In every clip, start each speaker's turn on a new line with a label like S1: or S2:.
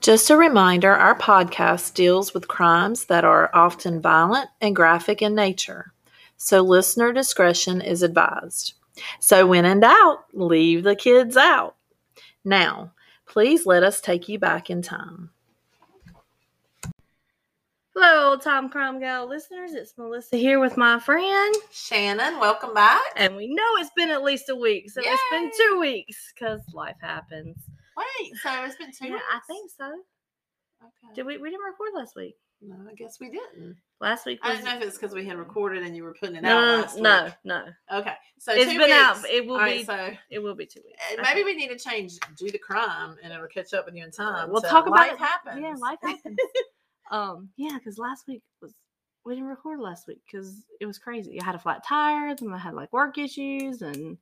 S1: Just a reminder our podcast deals with crimes that are often violent and graphic in nature, so listener discretion is advised. So, when in doubt, leave the kids out. Now, please let us take you back in time.
S2: Hello, old time crime gal listeners. It's Melissa here with my friend,
S1: Shannon, welcome back.
S2: and we know it's been at least a week, so it's been
S1: Yay!
S2: two weeks because life happens.
S1: Wait, so it's been two
S2: Yeah, I
S1: weeks?
S2: think so.
S1: Okay.
S2: Did we? We didn't record last week.
S1: No, I guess we didn't.
S2: Last week
S1: I
S2: was
S1: don't know if it's because we had recorded and you were putting it out.
S2: no,
S1: last
S2: no,
S1: week.
S2: no.
S1: Okay, so
S2: It's
S1: two
S2: been
S1: weeks.
S2: out. It will
S1: All
S2: be.
S1: right, so uh,
S2: it will be two weeks. I
S1: maybe
S2: think.
S1: we need to change do the crime and it'll catch up with you in time.
S2: We'll
S1: So
S2: talk about
S1: life
S2: it.
S1: Happens.
S2: Yeah, life happens. um, yeah, because last week was we didn't record last week because it was crazy. I had a flat tire, and I had like work issues and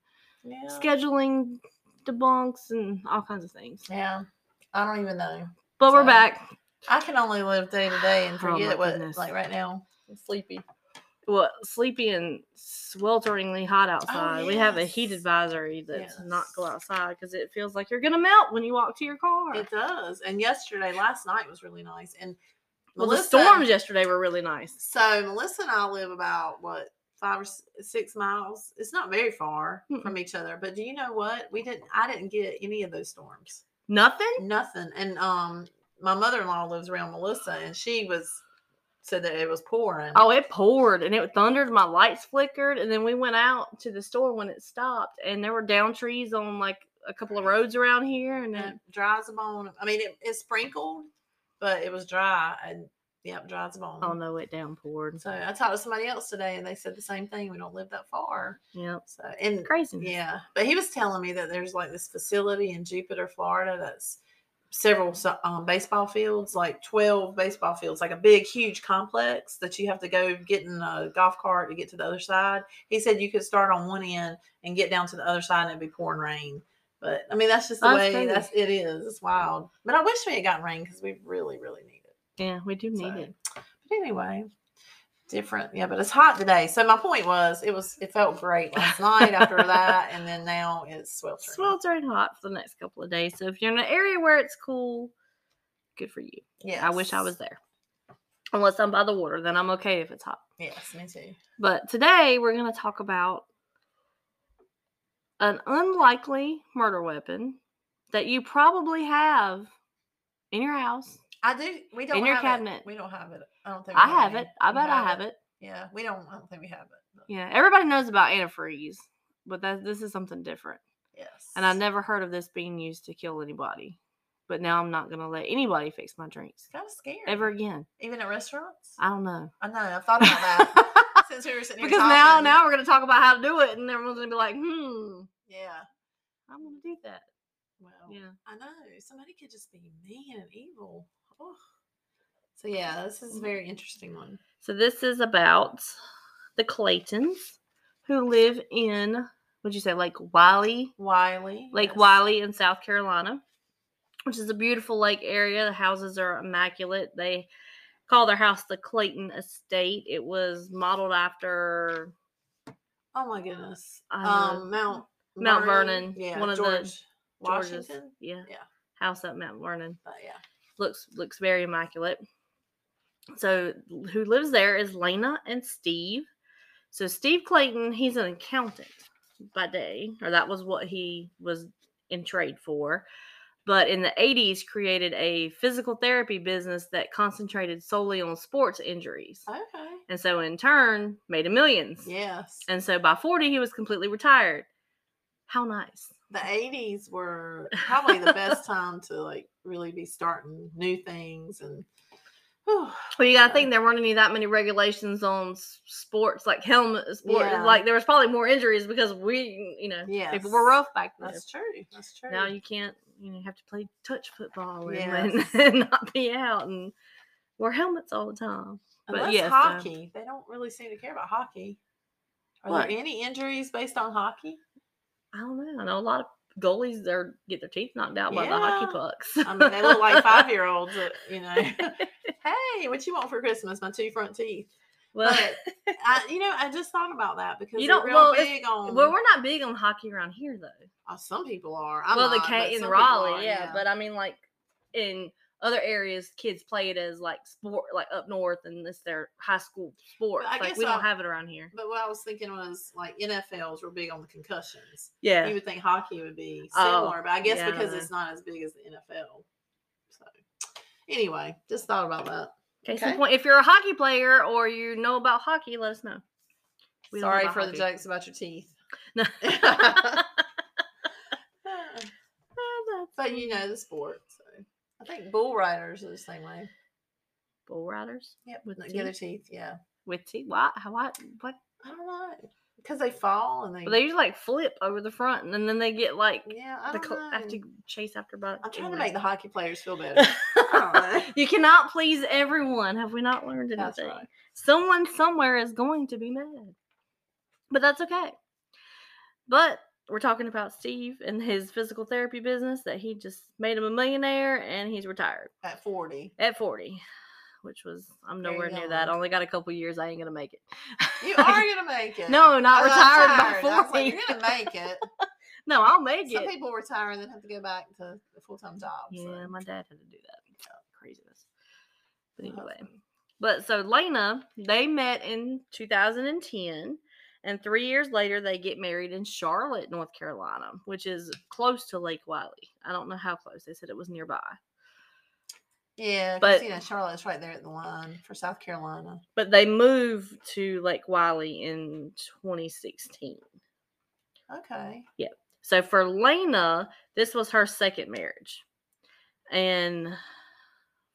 S1: Yeah.
S2: scheduling debunks and all kinds of things.
S1: yeah, I don't even know.
S2: But
S1: So-
S2: we're back.
S1: I can only live day to day and
S2: Oh, my
S1: forget what
S2: goodness.
S1: like right now. I'm sleepy.
S2: Well, sleepy and swelteringly hot outside. We have a heat
S1: Oh, yes.
S2: advisory that's not go
S1: Yes.
S2: outside because it feels like you're gonna melt when you walk to your car.
S1: It does. And yesterday, last night was really nice. And
S2: well,
S1: Melissa,
S2: the storms yesterday were really nice.
S1: So Melissa and I live about what five or s- six miles. It's not very far from each other. But do you know what? We didn't. I didn't get any of those storms.
S2: Nothing.
S1: Nothing. And um, my mother in law lives around Melissa, and she was said that it was pouring.
S2: Oh, it poured and it thundered. My lights flickered, and then we went out to the store when it stopped, and there were down trees on like a couple of roads around here, and
S1: and
S2: then
S1: it dries a bone. I mean, it, it sprinkled, but it was dry and yep, dries a bone.
S2: oh no, it downpoured.
S1: So I talked to somebody else today, and they said the same thing. We don't live that far.
S2: Yep,
S1: So and
S2: crazy.
S1: yeah, but he was telling me that there's like this facility in Jupiter, Florida, that's several so- um, baseball fields, like twelve baseball fields, like a big, huge complex that you have to go get in a golf cart to get to the other side. He said you could start on one end and get down to the other side, and it'd be pouring rain. But I mean, that's just the
S2: That's
S1: way
S2: crazy.
S1: that's it is. It's wild. But I wish we had gotten rain because we really, really need it.
S2: yeah, we do need
S1: So,
S2: it.
S1: But anyway, different. Yeah, but it's hot today. So my point was, it was it felt great last night after that, and then now it's sweltering.
S2: Sweltering hot for the next couple of days. So if you're in an area where it's cool, good for you.
S1: yeah,
S2: I wish I was there. Unless I'm by the water, then I'm okay if it's hot.
S1: Yes, me too.
S2: But today we're going to talk about an unlikely murder weapon that you probably have in your house.
S1: I do. We don't
S2: In your
S1: have
S2: cabinet.
S1: It. We don't have it. I don't think we
S2: I have
S1: any.
S2: it. I
S1: You
S2: bet I have it.
S1: Yeah, we don't. I don't think we have it. but
S2: Yeah, everybody knows about antifreeze, but that this is something different.
S1: Yes.
S2: And I never heard of this being used to kill anybody. But now I'm not going to let anybody fix my drinks
S1: It's kind of scary.
S2: ever again.
S1: even at restaurants. I,
S2: I don't know.
S1: know. I've thought about that since we were sitting here
S2: Because now
S1: talking.
S2: now we're going to talk about how to do it and everyone's going to be like, "Hmm,
S1: yeah.
S2: I'm going to do that."
S1: Well,
S2: Yeah.
S1: I know somebody could just be mean and evil. Oh. So yeah, this is a very interesting one.
S2: So this is about the Claytons who live in what'd you say, Lake Wiley?
S1: Wiley.
S2: Lake
S1: yes.
S2: Wiley in South Carolina, which is a beautiful lake area. The houses are immaculate. They call their house the Clayton Estate. It was modeled after
S1: Oh my goodness.
S2: I know.
S1: um, Mount
S2: Mount Vernon,
S1: Yeah,
S2: one of the
S1: George
S2: George's
S1: Washington.
S2: yeah,
S1: Yeah.
S2: house at Mount Vernon.
S1: But yeah,
S2: looks looks very immaculate. So who lives there is Lena and Steve. So Steve Clayton, he's an accountant by day, or that was what he was in trade for. But in the 80s created a physical therapy business that concentrated solely on sports injuries.
S1: okay.
S2: And so in turn made a millions.
S1: Yes,
S2: And so by 40 he was completely retired. How nice.
S1: the '80s were probably the best time to like really be starting new things and. whew,
S2: Well, you gotta
S1: So-
S2: think there weren't any that many regulations on s- sports like helmet sports.
S1: Yeah.
S2: Like there was probably more injuries because we, you know, people were
S1: Yes.
S2: rough back then.
S1: That's true. That's true.
S2: Now you can't, you know, you have to play touch football and,
S1: Yes.
S2: and not be out and wear helmets all the time. but
S1: Unless
S2: yes, um,
S1: hockey, they don't really seem to care about hockey. Are
S2: What?
S1: there any injuries based on hockey?
S2: I don't know. I know a lot of goalies they get their teeth knocked out by the hockey
S1: Yeah.
S2: pucks.
S1: I mean, they look like five year olds, you know. hey, what you want for Christmas? My two front teeth.
S2: well,
S1: But I, you know, I just thought about that because
S2: You
S1: they're
S2: don't-
S1: real
S2: well, it's-
S1: big on.
S2: well, we're not big on hockey around here though.
S1: oh, some people are. I'm
S2: well,
S1: not,
S2: the
S1: but
S2: K in
S1: some people
S2: Raleigh,
S1: are,
S2: yeah, but I mean, like in other areas kids play it as like sport like up north and it's their high school sport
S1: But I
S2: like
S1: guess
S2: we don't
S1: I-
S2: have it around here
S1: But what I was thinking was like NFLs were big on the concussions.
S2: yeah
S1: You would think hockey would be
S2: Oh,
S1: similar, but I guess
S2: yeah, I don't
S1: because
S2: know.
S1: it's not as big as the NFL. So anyway, just thought about that.
S2: case in
S1: okay.
S2: point if you're a hockey player or you know about hockey let us know We love
S1: Sorry
S2: our
S1: for the
S2: hockey.
S1: jokes about your teeth.
S2: no
S1: but you know the sport. So I think bull riders are the same way.
S2: bull riders
S1: Yep.
S2: With
S1: With together teeth, yeah.
S2: with teeth why how why what
S1: I don't know. Because they fall and they,
S2: But they usually like flip over the front and then they get like
S1: Yeah, I
S2: the
S1: don't
S2: cl-
S1: know.
S2: have to chase after butt
S1: I'm trying to
S2: anyway.
S1: make the hockey players feel better. I don't
S2: you cannot please everyone. Have we not learned anything?
S1: That's right.
S2: Someone somewhere is going to be mad. But that's okay. But we're talking about Steve and his physical therapy business that he just made him a millionaire and he's retired
S1: At 40.
S2: at 40, which was, I'm
S1: Very
S2: nowhere near that. I
S1: young.
S2: only got a couple years. I ain't going to make it.
S1: You are going to make it.
S2: No,
S1: I'm
S2: not retired by
S1: tired. I was
S2: 40.
S1: like, You're going to make it.
S2: no, I'll make
S1: Some
S2: it.
S1: people retire and then have to go back to a full time job.
S2: Yeah,
S1: so.
S2: my dad had to do that. Craziness. But
S1: Well, that's
S2: anyway.
S1: fun.
S2: But so Lena, they met in 2010, and three years later, they get married in Charlotte, North Carolina, which is close to Lake Wiley. I don't know how close. They said it was nearby.
S1: Yeah,
S2: But-
S1: but you know Charlotte's right there at the line for South Carolina.
S2: But they moved to Lake Wiley in 2016.
S1: Okay,
S2: So for Lena, this was her second marriage. And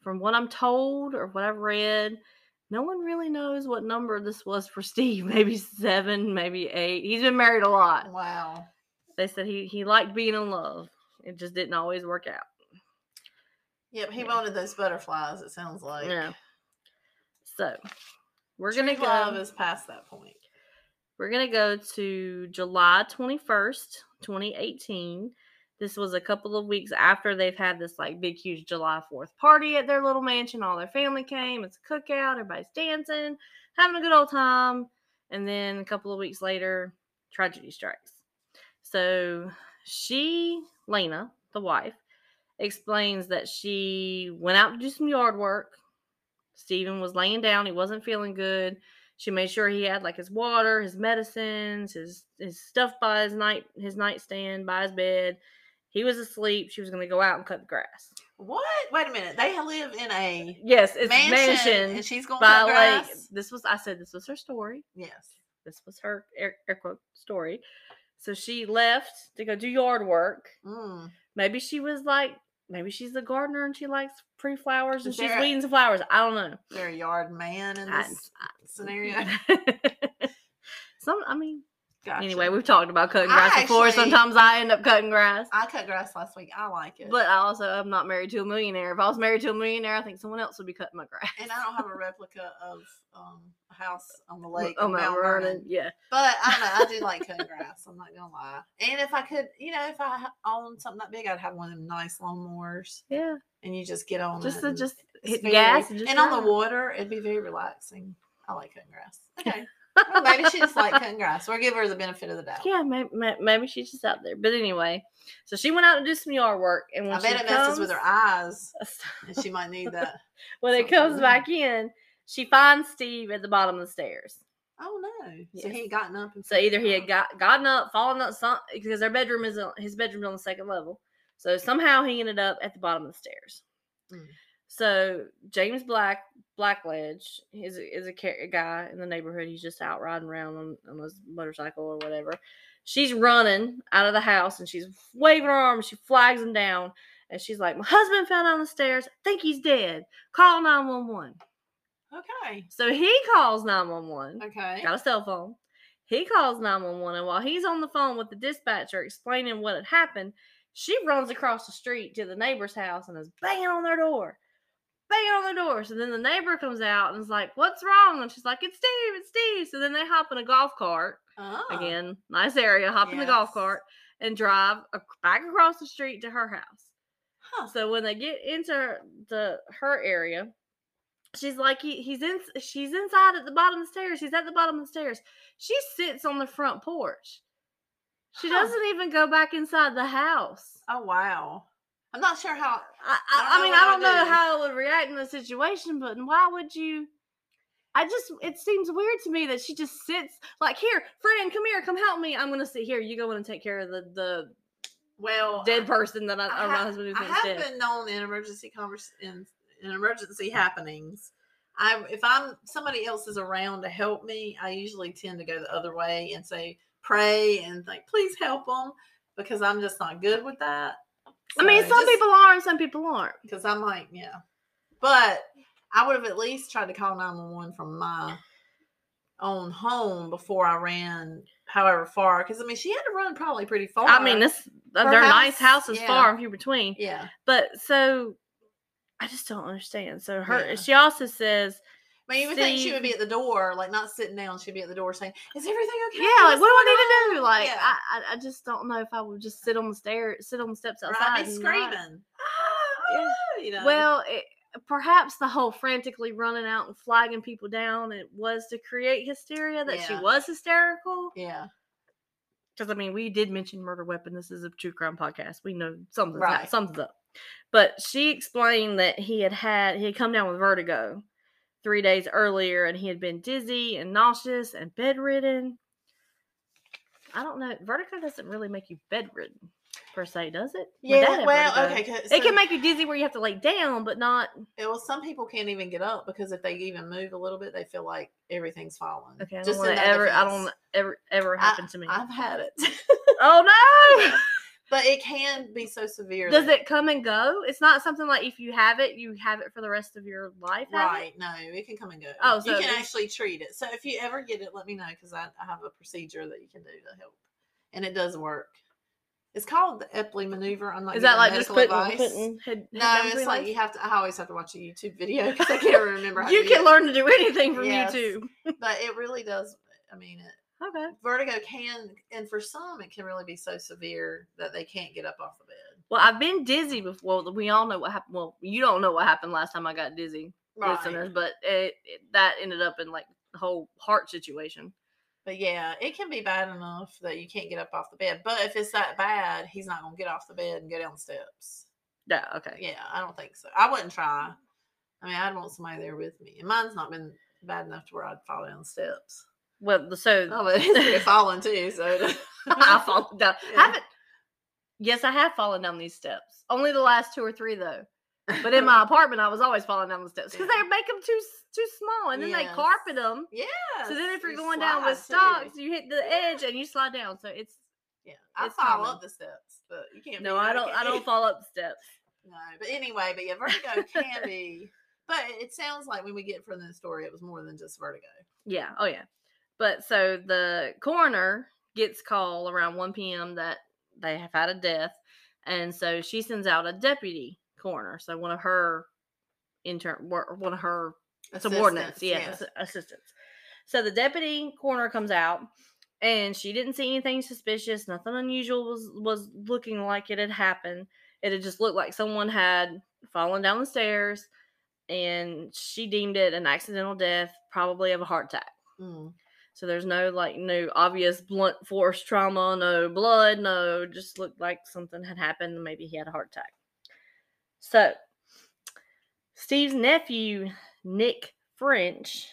S2: from what I'm told or what I've read, no one really knows what number this was for Steve. Maybe seven, maybe eight. He's been married a lot.
S1: wow.
S2: They said he, he liked being in love. It just didn't always work out.
S1: Yep, he
S2: Yeah.
S1: wanted those butterflies. It sounds like
S2: yeah. So we're
S1: True
S2: gonna go
S1: love is past that point.
S2: we're gonna go to July twenty first, twenty eighteen. This was a couple of weeks after they've had this like big huge July fourth party at their little mansion. All their family came. It's a cookout, everybody's dancing, having a good old time. And then a couple of weeks later, tragedy strikes. So she, Lena, the wife, explains that she went out to do some yard work. Stephen was laying down. He wasn't feeling good. She made sure he had like his water, his medicines, his his stuff by his night his nightstand, by his bed. He was asleep. She was gonna go out and cut the grass.
S1: What? Wait a minute. They live in a
S2: Yes, it's
S1: mansion,
S2: mansion,
S1: and she's going to
S2: by
S1: cut
S2: like
S1: grass.
S2: this was I said this was her story.
S1: yes.
S2: This was her air, air quote story. So she left to go do yard work.
S1: Mm.
S2: Maybe she was like, maybe she's a gardener and she likes pretty flowers and
S1: Is
S2: she's
S1: there a-
S2: weeding some flowers. I don't know.
S1: They're a yard man in
S2: I-
S1: this scenario.
S2: Some, I mean,
S1: Gotcha.
S2: anyway, we've talked about cutting
S1: I
S2: grass before.
S1: actually-
S2: Sometimes I end up cutting grass.
S1: I cut grass last week. I like it,
S2: But I also am not married to a millionaire. If I was married to a millionaire, I think someone else would be cutting my grass.
S1: and I don't have a replica of um, a house on the lake.
S2: Oh
S1: in
S2: my
S1: Mount Vernon.
S2: Vernon, yeah.
S1: But I know I do like cutting grass. I'm not gonna lie. And if I could, you know, if I ha- owned something that big, I'd have one of them nice lawnmowers,
S2: Yeah.
S1: and you just get on.
S2: Just
S1: it
S2: to
S1: and
S2: just
S1: Oh, it's
S2: hit
S1: very-
S2: the gas and just
S1: and on the
S2: drive.
S1: water, it'd be very relaxing. I like cutting grass. Okay, well, maybe she just like cutting grass, or give her the benefit of the doubt.
S2: Yeah, maybe, maybe she's just out there. But anyway, so she went out to do some yard work, and when
S1: I bet
S2: she
S1: it messes with her eyes,
S2: comes-
S1: and she might need that.
S2: when it
S1: Something
S2: comes
S1: new.
S2: back in, she finds Steve at the bottom of the stairs.
S1: Oh no! So
S2: Yes.
S1: he had gotten up and
S2: So either he had got gotten up, fallen up, some, because their bedroom is on, his bedroom's on the second level. So somehow he ended up at the bottom of the stairs.
S1: Mm.
S2: So James Black Blackledge is a- is a, ca- a guy in the neighborhood. He's just out riding around on, on his motorcycle or whatever. She's running out of the house and she's waving her arms. She flags him down and she's like, "My husband fell down the stairs. I think he's dead. Call nine one one."
S1: okay,
S2: So he calls nine one one
S1: okay,
S2: got a cell phone. He calls 911, and while he's on the phone with the dispatcher explaining what had happened, she runs across the street to the neighbor's house and is banging on their door. Banging on the door. So then the neighbor comes out and is like, What's wrong? And she's like, It's Steve, it's Steve. So then they hop in a golf cart.
S1: Ah,
S2: Again, nice area. Hop in the golf
S1: Yes.
S2: cart and drive ac- back across the street to her house.
S1: Huh.
S2: So when they get into the her area, she's like he, he's in she's inside at the bottom of the stairs. He's at the bottom of the stairs. She sits on the front porch. She
S1: Huh.
S2: doesn't even go back inside the house.
S1: Oh wow! I'm not sure how. I
S2: I, I, I
S1: don't
S2: mean,
S1: know what
S2: I
S1: I
S2: don't know
S1: do.
S2: how I would react in the situation, but why would you? I just, it seems weird to me that she just sits like, here, friend, come here, come help me. I'm going to sit here. You go in and take care of the, the
S1: Well,
S2: dead person that I,
S1: I
S2: or my
S1: ha-
S2: husband who
S1: I
S2: thinks
S1: have
S2: dead.
S1: been known in emergency convers in, in emergency happenings. I if I'm somebody else is around to help me, I usually tend to go the other way and say pray and like please help them because I'm just not good with that.
S2: I mean,
S1: So
S2: some
S1: just-
S2: people are and some people aren't.
S1: because I'm like yeah, but I would have at least tried to call nine one one from my own home before I ran however far because I mean she had to run probably pretty far.
S2: I mean, this,
S1: Her
S2: their nice
S1: house,
S2: house is
S1: Oh yeah.
S2: far and few between.
S1: yeah.
S2: But so I just don't understand. So her,
S1: Yeah.
S2: she also says,
S1: I mean, you would think she
S2: See-
S1: would be at the door, like not sitting down. She'd be at the door saying, "Is everything okay?
S2: yeah, like
S1: What's
S2: what do
S1: going
S2: I need
S1: on?"
S2: to do? Like,
S1: Yeah.
S2: I, I, I just don't know if I would just sit on the stairs, sit on the steps
S1: Or
S2: outside.
S1: I'd be
S2: and not-
S1: screaming. "Ah," You know.
S2: Well, it, perhaps the whole frantically running out and flagging people down it was to create hysteria that she
S1: Yeah.
S2: was hysterical.
S1: yeah,
S2: Because I mean, we did mention murder weapon. This is a true crime podcast. We know something's
S1: Right.
S2: up, something's up. But she explained that he had had he had come down with vertigo three days earlier, and he had been dizzy and nauseous and bedridden. I don't know. Vertigo doesn't really make you bedridden per se, does it? My dad
S1: yeah.
S2: had
S1: Well,
S2: vertigo.
S1: okay. 'cause-
S2: it can
S1: so-
S2: make you dizzy where you have to lay down, but not
S1: yeah, Well, some people can't even get up because if they even move a little bit, they feel like everything's falling.
S2: Okay, I don't
S1: Just in
S2: want to
S1: that
S2: ever. I
S1: defense.
S2: don't ever ever happen to me.
S1: I've had it,
S2: oh
S1: but it can be so severe.
S2: no! Does
S1: that-
S2: it come and go? It's not something like if you have it, you have it for the rest of your life. have it?
S1: Right. No, it can come and go.
S2: Oh,
S1: you
S2: so
S1: can
S2: it's-
S1: actually treat it. So if you ever get it, let me know because I, I have a procedure that you can do to help, and it does work. It's called the Epley maneuver. I'm not.
S2: Is that
S1: giving
S2: like just
S1: medical
S2: putting,
S1: advice.
S2: putting head?
S1: No,
S2: head down
S1: it's
S2: between
S1: like
S2: legs?
S1: you have to. I always have to watch a YouTube video because I can't remember. How to
S2: you
S1: do
S2: can
S1: it.
S2: learn to do anything from
S1: Yes.
S2: YouTube.
S1: but it really does. I mean, it,
S2: Okay.
S1: vertigo can, and for some, it can really be so severe that they can't get up off the bed.
S2: Well, I've been dizzy before. Well, we all know what happened. Well, you don't know what happened last time I got dizzy, listeners. But it, it that ended up in like the whole heart situation.
S1: But yeah, it can be bad enough that you can't get up off the bed. But if it's that bad, he's not going to get off the bed and go down the steps.
S2: Yeah. Okay.
S1: Yeah, I don't think so. I wouldn't try. I mean, I'd want somebody there with me. And mine's not been bad enough to where I'd fall down the steps.
S2: Well, the- so
S1: Oh, but it's been falling too. So
S2: I fall down.
S1: Yeah.
S2: Haven't. Yes, I have fallen down these steps. Only the last two or three though. But in my apartment, I was always falling down the steps because
S1: Yeah.
S2: they make them too s- too small, and then they
S1: Yes.
S2: carpet them. So then,
S1: Yes,
S2: if you're
S1: you
S2: going down with
S1: slide, too.
S2: stocks, you hit the edge and you slide down. So it's
S1: Yeah, I
S2: It's
S1: fall
S2: common.
S1: up the steps, but you can't.
S2: no,
S1: be-
S2: I don't I
S1: can't
S2: don't
S1: be-
S2: fall up steps.
S1: No, but anyway, but yeah, vertigo can be. But it sounds like when we get from the story, it was more than just vertigo.
S2: Yeah, oh yeah. But so the coroner gets call around 1 p.m. that they have had a death, and so she sends out a deputy coroner, so one of her intern, wor- one of her subordinates,
S1: Assistants,
S2: yeah, assi- assistants. So the deputy coroner comes out, and she didn't see anything suspicious. Nothing unusual was was looking like it had happened. It had just looked like someone had fallen down the stairs, and she deemed it an accidental death, probably of a heart attack.
S1: Mm,
S2: So there's no like no obvious blunt force trauma, no blood, no just looked like something had happened and maybe he had a heart attack. So Steve's nephew, Nick French,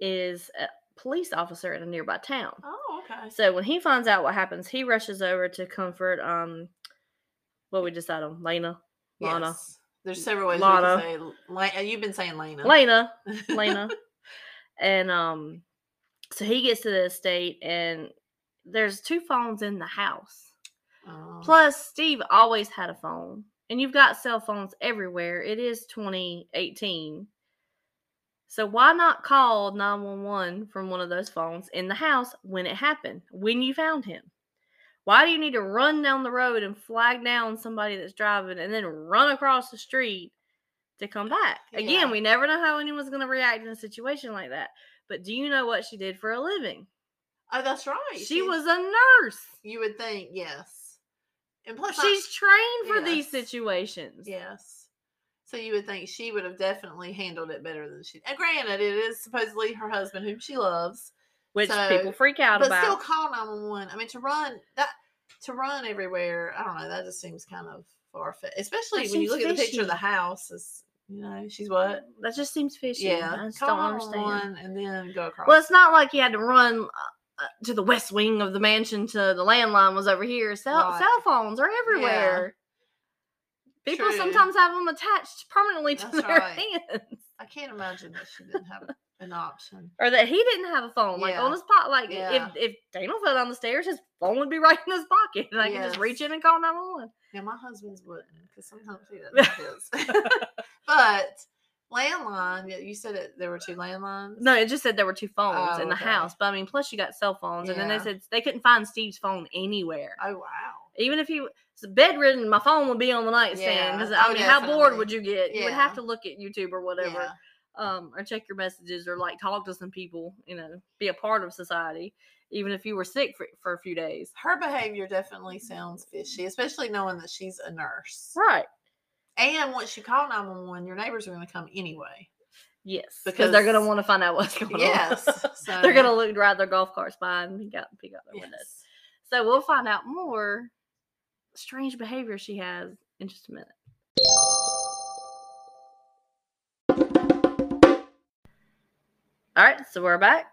S2: is a police officer in a nearby town.
S1: Oh, okay.
S2: So when he finds out what happens, he rushes over to comfort um what we decide on, Lena. Lana.
S1: Yes. There's several ways
S2: Lana.
S1: we can say. La- you've been saying Lana.
S2: Lena. Lena. and um so he gets to the estate and there's two phones in the house.
S1: Oh,
S2: Plus Steve always had a phone. And you've got cell phones everywhere. It is 2018. So why not call 911 from one of those phones in the house when it happened, when you found him? Why do you need to run down the road and flag down somebody that's driving and then run across the street to come back?
S1: Yeah.
S2: Again, we never know how anyone's going to react in a situation like that. But do you know what she did for a living?
S1: oh, that's right.
S2: She
S1: see,
S2: was a nurse.
S1: You would think yes. And plus, I-
S2: She's trained for these
S1: Yes.
S2: situations.
S1: yes. So you would think she would have definitely handled it better than she. And granted, it is supposedly her husband, whom she loves.
S2: which
S1: So-
S2: people freak out
S1: but
S2: about.
S1: still call 911 i mean to run that to run everywhere i don't know that just seems kind of flower fit, especially
S2: That
S1: when you
S2: seems
S1: look at the picture of the
S2: fishy.
S1: house. Is you know she's what?
S2: That just seems fishy.
S1: Yeah,
S2: I just
S1: come
S2: don't understand.
S1: on and then go across.
S2: Well, it's not like you had to run uh, uh, to the west wing of the mansion to the landline was over here. Cell,
S1: Right.
S2: cell phones are everywhere. People
S1: True.
S2: sometimes have them attached permanently to
S1: That's
S2: their
S1: right.
S2: hands,
S1: I can't imagine that she didn't have an option.
S2: or that he didn't have a phone. Like
S1: Yeah.
S2: on his pocket, like
S1: Yeah.
S2: if if Daniel fell down the stairs, his phone would be right in his pocket, and I could just reach
S1: Yes.
S2: in and call nine one one.
S1: Yeah, my husband's wouldn't because sometimes he doesn't have his. but landline, yeah, you said it, there were two landlines.
S2: No, it just said there were two phones
S1: Oh,
S2: in the
S1: okay.
S2: house, but I mean, plus you got cell phones, and then they
S1: Yeah.
S2: said they couldn't find Steve's phone anywhere.
S1: Oh wow.
S2: even if he was bedridden, my phone would be on the nightstand.
S1: Yeah.
S2: Because
S1: Oh,
S2: I mean, how bored
S1: definitely.
S2: would you get? You would have
S1: Yeah.
S2: to look at YouTube or whatever,
S1: Yeah.
S2: um, or check your messages, or like talk to some people. You know, be a part of society, even if you were sick for, for a few days.
S1: Her behavior definitely sounds fishy, especially knowing that she's a nurse.
S2: Right.
S1: And once you call 911, your neighbors are going to come anyway.
S2: Yes. Because they're gonna
S1: Because-
S2: want to find out what's going
S1: Yes.
S2: on.
S1: So,
S2: they're gonna look drive their golf carts by and pick out pick out their windows.
S1: Yes.
S2: So we'll find out more strange behavior she has in just a minute. All right, so we're back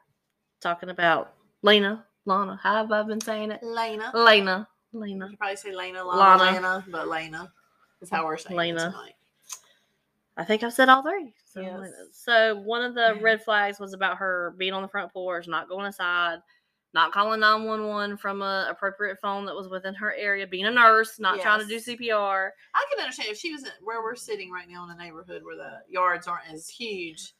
S2: talking about Lena, Lana. How have I been saying it?
S1: Lena.
S2: Lena,
S1: You
S2: Lena.
S1: should probably say Lena,
S2: Lana.
S1: Lana, Lana, but Lena is how we're saying
S2: Lena.
S1: Lena. tonight.
S2: I think I've said all three. So, I'm like-
S1: Yes.
S2: so one of the
S1: Yeah.
S2: red flags was about her being on the front porch, not going inside, not calling 911 from a appropriate phone that was within her area, being a nurse, not trying to do
S1: Yes.
S2: CPR.
S1: I can understand if she was in, where we're sitting right now in a neighborhood where the yards aren't as huge.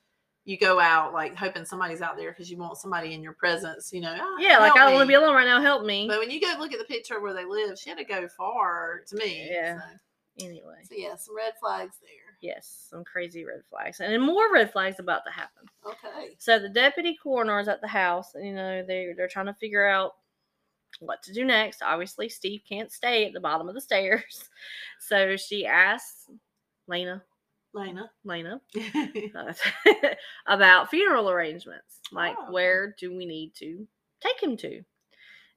S1: You go out like hoping somebody's out there because you want somebody in your presence, you know. "Ah,
S2: Yeah, like
S1: help
S2: I don't want to
S1: me."
S2: be alone right now. Help me.
S1: But when you go look at the picture of where they live, she had to go far to me.
S2: Yeah.
S1: So,
S2: anyway,
S1: so yeah, some red flags there.
S2: yes, some crazy red flags, and then more red flags about to happen.
S1: Okay.
S2: So the deputy coroner is at the house, and you know they they're trying to figure out what to do next. Obviously, Steve can't stay at the bottom of the stairs, so she asks Lena,
S1: Lena.
S2: Lena,
S1: okay.
S2: uh, about funeral arrangements. Like,
S1: Oh, okay.
S2: where do we need to take him to?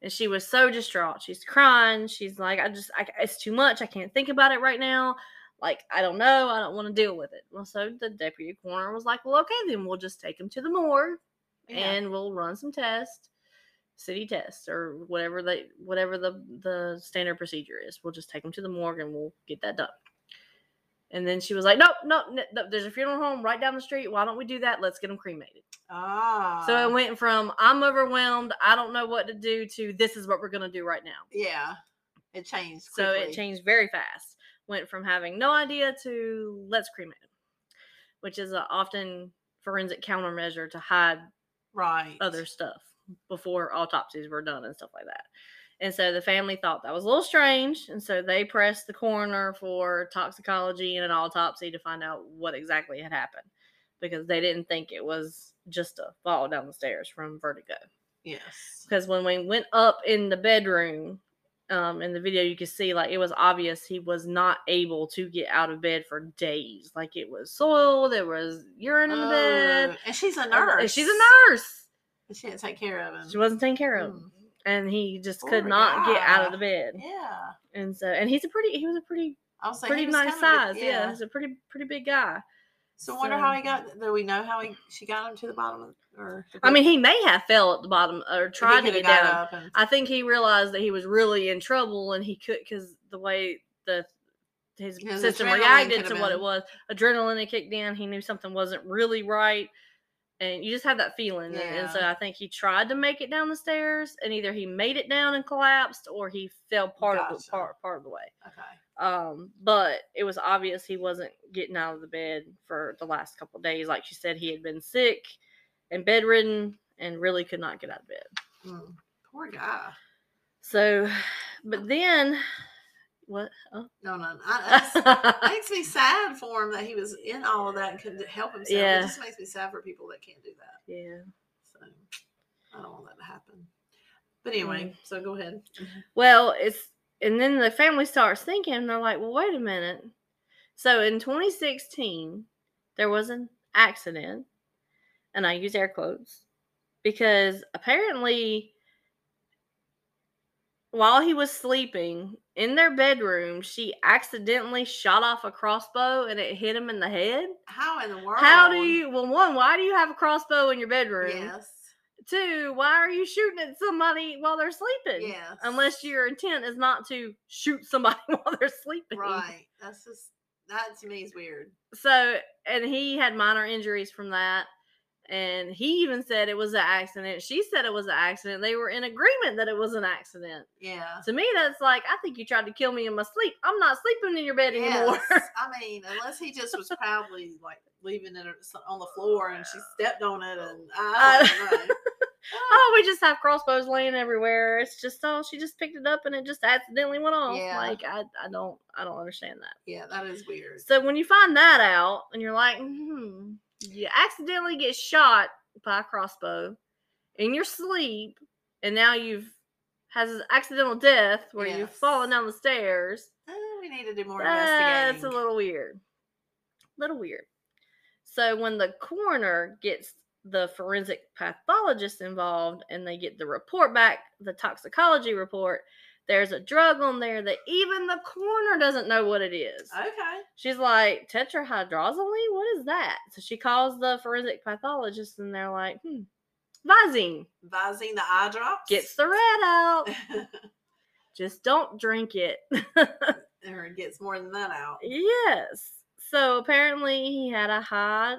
S2: And she was so distraught. She's crying. She's like, I just, I, it's too much. I can't think about it right now. Like, I don't know. I don't want to deal with it. Well, so the deputy coroner was like, Well, okay, then we'll just take him to the morgue and we'll run some tests, city tests or whatever they, whatever the the standard procedure is. We'll just take him to the morgue and we'll get that done. And then she was like, Nope, nope, n- nope. There's a funeral home right down the street. Why don't we do that? Let's get him cremated.
S1: Ah.
S2: So it went from I'm overwhelmed, I don't know what to do to this is what we're gonna do right now.
S1: Yeah. It changed.
S2: So it
S1: quickly.
S2: changed very fast. Went from having no idea to let's cremate him, which is a often forensic countermeasure to hide
S1: Right.
S2: other stuff before autopsies were done and stuff like that. And so the family thought that was a little strange. And so they pressed the coroner for toxicology and an autopsy to find out what exactly had happened because they didn't think it was just a fall down the stairs from vertigo.
S1: Yes.
S2: Because when we went up in the bedroom, um, in the video, you could see like it was obvious he was not able to get out of bed for days. Like it was soil, there was urine in the bed.
S1: Oh, and she's a
S2: and- and
S1: nurse.
S2: She's a nurse.
S1: And she didn't take care of him.
S2: She wasn't taken care of,
S1: Mm.
S2: and he just could
S1: Poor
S2: not get out of
S1: guy.
S2: the bed.
S1: Oh Yeah.
S2: And so, and he's a pretty, he was a pretty,
S1: I was like,
S2: pretty
S1: he was
S2: nice
S1: kind of a-
S2: size. Yeah. he's a pretty, pretty big guy.
S1: So I wonder how he
S2: So-
S1: got. Do we know how he she got him to the bottom? Of, or
S2: I mean, he may have fell at the bottom or
S1: he
S2: tried to
S1: coulda
S2: get
S1: got
S2: down.
S1: up and-
S2: I think he realized that he was really in trouble, and he could because the way the his,
S1: His
S2: system
S1: adrenaline
S2: reacted
S1: coulda
S2: to what it
S1: been-
S2: was, adrenaline had kicked in. He knew something wasn't really right, and you just have that feeling. and- And, so I think he tried to make it down the stairs, and either he made it down and collapsed, or he fell part of the
S1: Gotcha.
S2: part part of the way.
S1: okay.
S2: Um, but it was obvious he wasn't getting out of the bed for the last couple of days. Like she said, he had been sick and bedridden, and really could not get out of bed.
S1: Mm. Poor guy.
S2: So, but then what? Oh.
S1: No, no. I, it's- it makes me sad for him that he was in all of that and couldn't help himself.
S2: Yeah.
S1: It just makes me sad for people that can't do that.
S2: yeah.
S1: So I don't want that to happen. But
S2: Mm.
S1: anyway, so go ahead.
S2: Well, it's and then the family starts thinking and they're like, "Well, wait a minute." So in 2016, there was an accident, and I use air quotes because apparently while he was sleeping in their bedroom, she accidentally shot off a crossbow and it hit him in the head.
S1: How in the world?
S2: How do you, well, one, why do you have a crossbow in your bedroom?
S1: Yes.
S2: Two, why are you shooting at somebody while they're sleeping?
S1: Yes.
S2: Unless your intent is not to shoot somebody while they're sleeping.
S1: Right. That's just that to me is weird.
S2: So, and he had minor injuries from that. And he even said it was an accident. She said it was an accident. They were in agreement that it was an accident.
S1: Yeah.
S2: To me, that's like, I think you tried to kill me in my sleep. I'm not sleeping in your bed anymore.
S1: Yes. I mean, unless he just was proudly like leaving it on the floor and she stepped on it and I don't know.
S2: oh, we just have crossbows laying everywhere. It's just, oh, she just picked it up and it just accidentally went off.
S1: Yeah.
S2: Like, I, I don't, I don't understand that.
S1: yeah, that is weird.
S2: So when you find that out and you're like, hmm, you accidentally get shot by a crossbow in your sleep and now you've has this accidental death where you've
S1: Yes.
S2: fallen down the stairs.
S1: Uh, we need to do more
S2: That's
S1: investigating.
S2: a little weird. Little weird. So when the coroner gets the forensic pathologist involved and they get the report back, the toxicology report, there's a drug on there that even the coroner doesn't know what it is.
S1: okay.
S2: She's like, tetrahydrozoline? What is that? So she calls the forensic pathologist and they're like, hmm, Visine.
S1: Visine the eye drops.
S2: Gets the red out. Just don't drink it.
S1: or gets more than that out.
S2: Yes. So apparently he had a high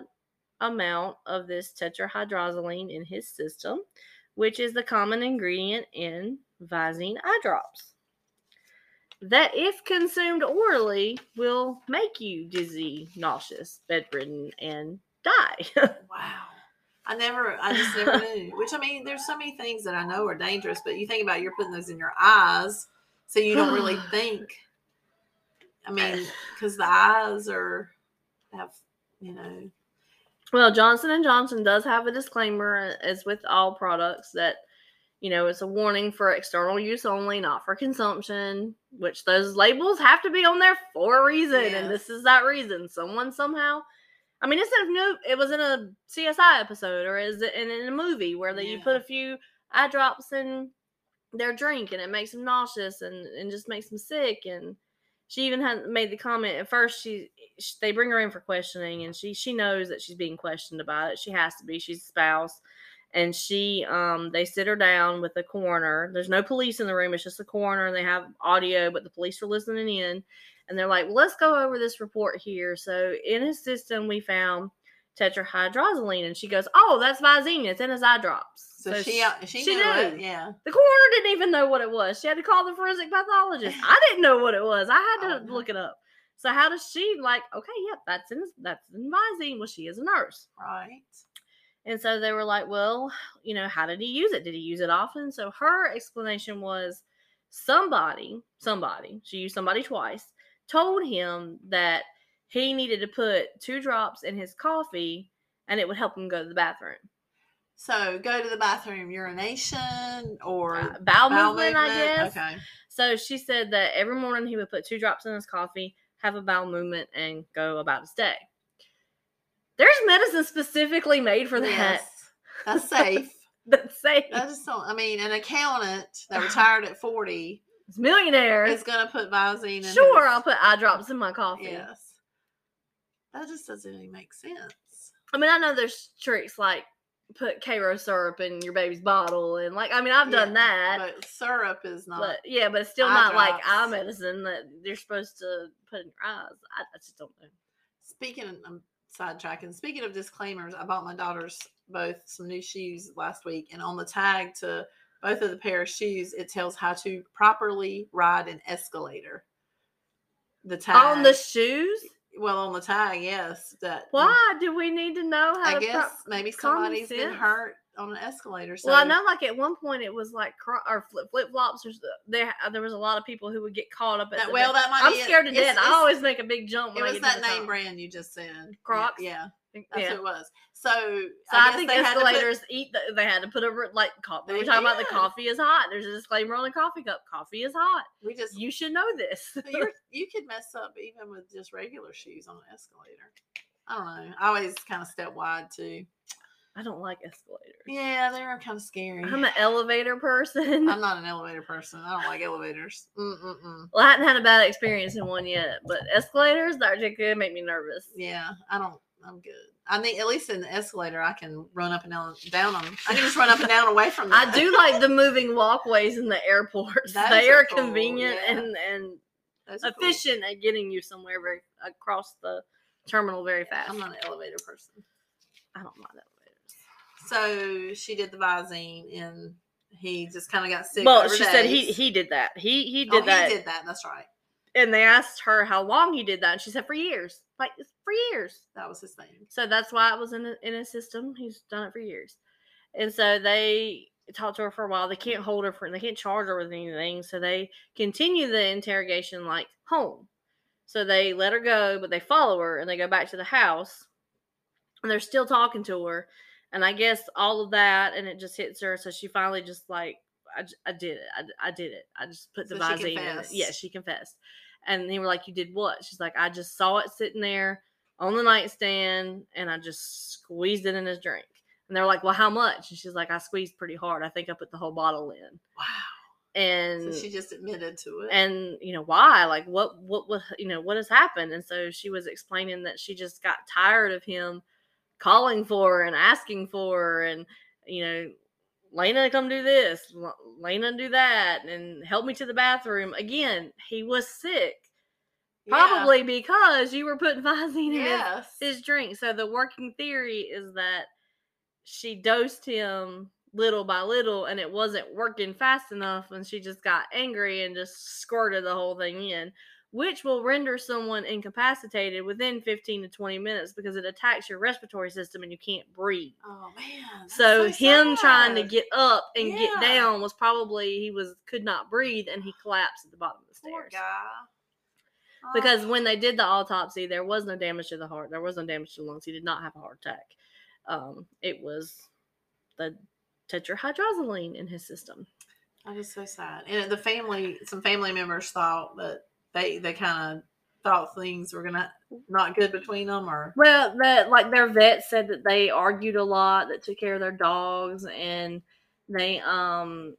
S2: amount of this tetrahydrozoline in his system, which is the common ingredient in Visine eye drops. That, if consumed orally, will make you dizzy, nauseous, bedridden, and die.
S1: Wow. I never, I just never knew. Which I mean, there's so many things that I know are dangerous, but you think about it, you're putting those in your eyes, so you don't really think. I mean, because the eyes are have, you know,
S2: well, Johnson and Johnson does have a disclaimer, uh, as with all products, that you know it's a warning for external use only, not for consumption. Which those labels have to be on there for a reason, and this is that reason. Someone somehow, I mean, it's in a no, it was in a CSI episode, or is it in, in a movie where they, you
S1: Yeah.
S2: put a few eye drops in their drink, and it makes them nauseous and and just makes them sick. And she even had made the comment at first. She, sh they bring her in for questioning, and she she knows that she's being questioned about it. She has to be. She's a spouse. And she, um, they sit her down with the coroner. There's no police in the room. It's just the coroner. And they have audio, but the police are listening in and they're like, well, let's go over this report here. So in his system, we found tetrahydrozoline, and she goes, oh, that's Visine. It's in his eye drops.
S1: so, she, uh,
S2: sh-
S1: she
S2: she
S1: knew, it.
S2: knew.
S1: yeah.
S2: the coroner didn't even know what it was. She had to call the forensic pathologist. I didn't know what it was. I had to
S1: Oh, no.
S2: look it up. So how does she like? Okay, yep, that's in that's in Visine. Well, she is a nurse.
S1: Right.
S2: And so they were like, well, you know, how did he use it? Did he use it often? So her explanation was somebody, somebody, she used somebody twice, told him that he needed to put two drops in his coffee and it would help him go to the bathroom.
S1: So go to the bathroom, urination, or
S2: Uh, bowel,
S1: bowel
S2: movement,
S1: movement.
S2: I guess.
S1: Okay.
S2: So she said that every morning he would put two drops in his coffee, have a bowel movement, and go about his day. There's medicine specifically made for that.
S1: Yes. That's safe.
S2: That's safe.
S1: I just don't. I mean, an accountant that retired at forty
S2: It's millionaire.
S1: is going to put Visine in. his-
S2: Sure, I'll put eye drops in my coffee.
S1: Yes. That just doesn't really make sense.
S2: I mean, I know there's tricks like put Cairo syrup in your baby's bottle, and like, I mean, I've done
S1: Yeah,
S2: that.
S1: But syrup is
S2: But,
S1: not.
S2: yeah, but it's still
S1: eye
S2: not like eye
S1: drops.
S2: medicine that they're supposed to put in your eyes. I, I just don't know.
S1: Speaking of, I'm sidetracking. Speaking of disclaimers, I bought my daughters both some new shoes last week, and on the tag to both of the pair of shoes, it tells how to properly ride an escalator. The tag.
S2: On the shoes,
S1: well, on the tag, yes. That you-
S2: why do we need to know how
S1: I
S2: to?
S1: guess
S2: pro-
S1: maybe
S2: common
S1: somebody's been
S2: sense.
S1: hurt on an escalator. So
S2: well, I know, like at one point it was like cro- or flip flip flops. Or s- there, uh, there was a lot of people who would get caught up at.
S1: that-
S2: the
S1: well, that might
S2: I'm
S1: be it.
S2: scared to
S1: It's-
S2: death. I
S1: it's-
S2: always make a big jump.
S1: It
S2: When I
S1: was
S2: get to
S1: that
S2: the
S1: name
S2: top.
S1: brand you just said. Yeah,
S2: Crocs?
S1: Yeah, that's
S2: Yeah.
S1: what it was. So, so
S2: So I, think escalators eat. The, they had to put a re- like. Co- we
S1: They
S2: were talking about the
S1: did.
S2: coffee is hot. There's a disclaimer on the coffee cup. Coffee is hot.
S1: we just
S2: You should know this.
S1: but you're, you could mess up even with just regular shoes on an escalator. I don't know. I always kind of step wide too.
S2: I don't like escalators.
S1: Yeah, they're kind of scary.
S2: I'm an elevator person.
S1: I'm not an elevator person. I don't like elevators. Mm-mm-mm.
S2: Well, I hadn't had a bad experience in one yet, but escalators, that just could make me nervous.
S1: Yeah, I don't. I'm good. I think at least in the escalator, I can run up and down, down them. I can just run up and down away from.
S2: I
S1: That.
S2: do like the moving walkways in the airports.
S1: Those
S2: they
S1: are
S2: are
S1: cool,
S2: convenient
S1: yeah.
S2: and, and
S1: Those are cool.
S2: efficient at getting you somewhere very across the terminal very fast.
S1: I'm not an elevator person.
S2: I don't like elevators.
S1: So she did the Visine, and he just kind of got sick.
S2: Well,
S1: over
S2: she said he
S1: days.
S2: he did that. He he
S1: Oh,
S2: did that.
S1: He did that. That's right.
S2: And they asked her how long he did that, and she said for years, like it's for years.
S1: That was his thing.
S2: So that's why it was in a- in his system. He's done it for years, and so they talked to her for a while. They can't hold her for, they can't charge her with anything. So they continue the interrogation like home. So they let her go, but they follow her and they go back to the house, and they're still talking to her. And I guess all of that, and it just hits her. So she finally just like, I, j- I did it. I, d- I did it. I just put the
S1: So she
S2: Visine in it. Yeah,
S1: confessed.
S2: she confessed. And they were like, You did what? She's like, I just saw it sitting there on the nightstand and I just squeezed it in his drink. And they're like, Well, how much? And she's like, I squeezed pretty hard. I think I put the whole bottle in.
S1: Wow.
S2: And
S1: so she just admitted to it.
S2: and you know why like what what what you know what has happened and so she was explaining that she just got tired of him calling for her and asking for her and you know lena come do this L- lena do that and help me to the bathroom again he was sick
S1: Yeah.
S2: probably because you were putting visine in his
S1: Yes.
S2: his drink. So the working theory is that she dosed him little by little and it wasn't working fast enough and she just got angry and just squirted the whole thing in, which will render someone incapacitated within 15 to 20 minutes because it attacks your respiratory system and you can't breathe.
S1: Oh man. that's
S2: So, him trying to
S1: sad.
S2: get up and
S1: Yeah.
S2: get down was probably he was could not breathe and he collapsed at the bottom of the
S1: poor
S2: stairs.
S1: guy. Oh,
S2: Because when they did the autopsy, there was no damage to the heart. There was no damage to the lungs. He did not have a heart attack. Um, it was the tetrahydrozoline in his system.
S1: that is so sad. And the family, some family members thought that they they kind of thought things were gonna not good between them, or
S2: Well, that like their vet said that they argued a lot, that took care of their dogs, and they um,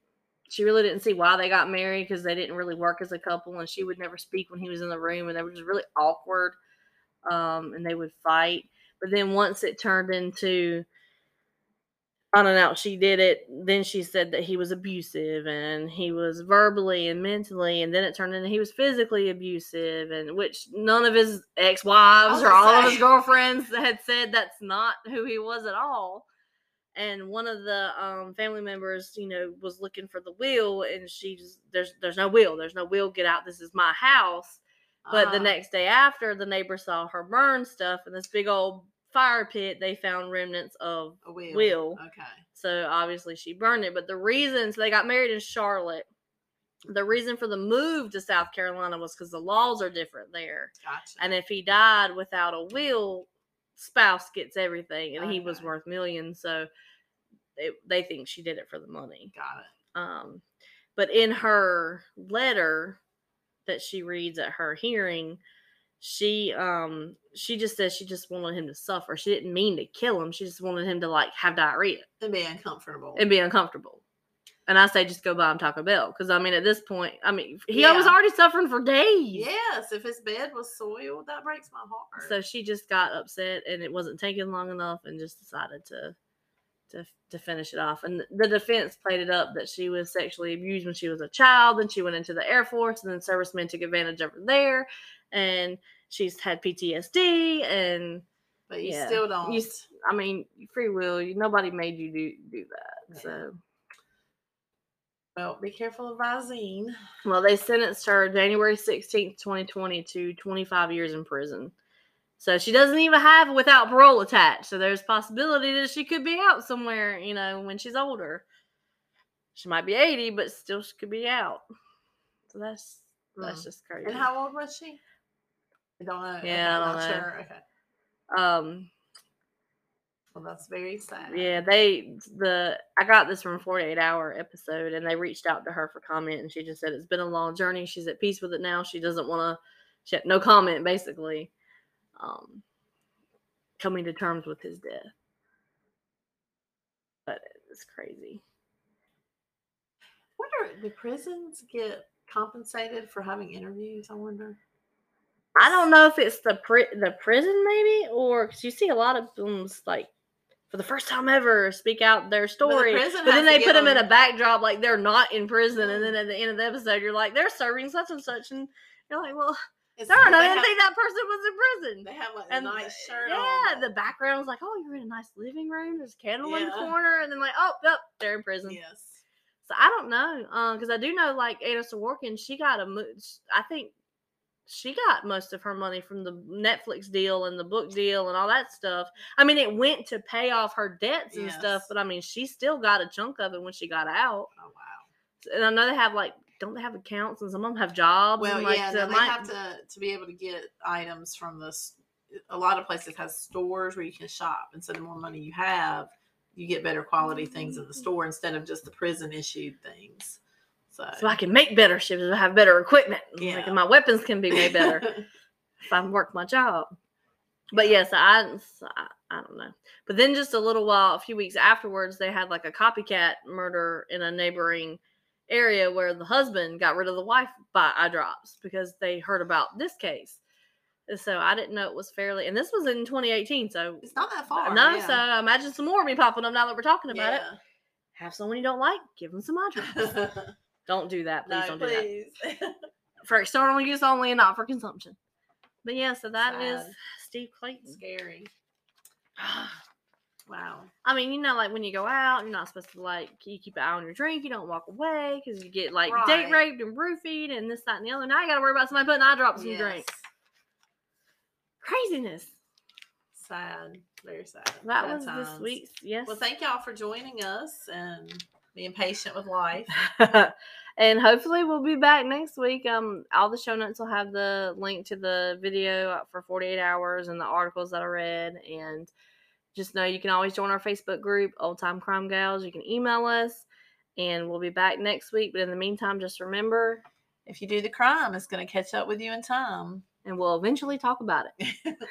S2: she really didn't see why they got married because they didn't really work as a couple, and she would never speak when he was in the room, and they were just really awkward, um, and they would fight. But then once it turned into on and out she did it then she said that he was abusive and he was verbally and mentally and then it turned into he was physically abusive and which none of his ex-wives
S1: was
S2: or
S1: gonna
S2: all of
S1: say.
S2: his girlfriends had said that's not who he was at all and one of the um, family members you know was looking for the will and she just there's there's no will there's no will get out this is my house but the
S1: Uh,
S2: next day after the neighbor saw her burn stuff in this big old fire pit they found remnants of
S1: a will.
S2: will.
S1: Okay.
S2: so obviously she burned it. But the reason so they got married in Charlotte, the reason for the move to South Carolina was because the laws are different there.
S1: Gotcha.
S2: And if he died without a will, spouse gets everything, and he was
S1: Okay.
S2: worth millions. So they, they think she did it for the money.
S1: got it.
S2: Um, but in her letter that she reads at her hearing, she um she just says she just wanted him to suffer. She didn't mean to kill him. She just wanted him to like have diarrhea
S1: It'd be uncomfortable.
S2: and be uncomfortable. And I say just go buy him Taco Bell because I mean at this point, I mean he was
S1: Yeah.
S2: already suffering for days.
S1: yes, if his bed was soiled, that breaks my heart.
S2: So she just got upset and it wasn't taking long enough and just decided to to to finish it off. And the defense played it up that she was sexually abused when she was a child, then she went into the Air Force, and then servicemen took advantage of her there, and she's had PTSD and
S1: but you
S2: yeah,
S1: still don't.
S2: you s- I mean free will, you, nobody made you do do that.
S1: Yeah.
S2: So
S1: well, be careful of Visine.
S2: Well, they sentenced her January 16th, 2020 to 25 years in prison. So she doesn't even have without parole attached. So there's possibility that she could be out somewhere, you know, when she's older. She might be 80, but still she could be out. So that's that's
S1: Hmm.
S2: just crazy.
S1: And how old was she? I don't know. Okay,
S2: Yeah, I don't
S1: not
S2: know.
S1: sure. Okay.
S2: um
S1: Well, that's very sad.
S2: yeah, they the I got this from 48 hour episode and they reached out to her for comment and she just said it's been a long journey. She's at peace with it now. She doesn't want to she had no comment basically. Um coming to terms with his death. It's crazy.
S1: wonder do prisons get compensated for having interviews? I wonder.
S2: I don't know if it's the pri- the prison maybe, or because you see a lot of them like for the first time ever speak out their
S1: the
S2: story, but,
S1: prison
S2: then
S1: has to Mm.
S2: they
S1: give
S2: put them in
S1: them-
S2: a backdrop like they're not in prison, and then at the end of the episode you're like they're serving such and such, and you're like, well,
S1: It's
S2: darn,
S1: they
S2: I didn't
S1: have-
S2: think that person was in prison.
S1: They have like a
S2: and
S1: nice
S2: the-
S1: shirt.
S2: yeah,
S1: on.
S2: the background was like, oh, you're in a nice living room. There's a candle in the
S1: Yeah.
S2: corner, and then like, oh, yep, they're in prison.
S1: yes.
S2: So I don't know, because I do know like Anna Sorokin, she got a, mo- sh- I think she got most of her money from the Netflix deal and the book deal and all that stuff. I mean, it went to pay off her debts and stuff,
S1: Yes.
S2: but I mean, she still got a chunk of it when she got out.
S1: Oh wow.
S2: And I know they have like, don't they have accounts and some of them have jobs?
S1: Well,
S2: and, like, uh,
S1: yeah,
S2: so
S1: no,
S2: it
S1: they
S2: might-
S1: have to to be able to get items from this. A lot of places has stores where you can shop, and so the more money you have, you get better quality things in the store instead of just the prison issued things. So,
S2: so I can make better ships and have better equipment.
S1: uh, Yeah.
S2: Like, and my weapons can be made better. if I work my job. But yes, I, so I I don't know. But then just a little while, a few weeks afterwards, they had like a copycat murder in a neighboring area where the husband got rid of the wife by eye drops because they heard about this case. And so I didn't know it was fairly, and this was in 2018. So
S1: it's not that far.
S2: no,
S1: yeah.
S2: so I imagine some more will be popping up now that we're talking about it.
S1: yeah.
S2: Have someone you don't like, give them some eye drops. don't do that, please.
S1: no,
S2: don't do that
S1: please.
S2: for external use only and not for consumption. But yeah, so that is
S1: Sad.
S2: Steve Clayton.
S1: Scary. Wow.
S2: I mean, you know, like when you go out, you're not supposed to like you keep an eye on your drink. You don't walk away because you get like date
S1: Right.
S2: raped and roofied and this, that, and the other. Now you got to worry about somebody putting eye drops in your drink.
S1: Yes.
S2: Craziness.
S1: Sad. Very sad.
S2: That
S1: Sad
S2: was this
S1: times.
S2: week's yes.
S1: Well, thank y'all for joining us and being patient with life.
S2: and hopefully we'll be back next week. Um, all the show notes will have the link to the video up for 48 hours and the articles that I read. And just know you can always join our Facebook group, Old Time Crime Gals. You can email us, and we'll be back next week. But in the meantime, just remember,
S1: If you do the crime, it's going to catch up with you in time.
S2: and we'll eventually talk about it.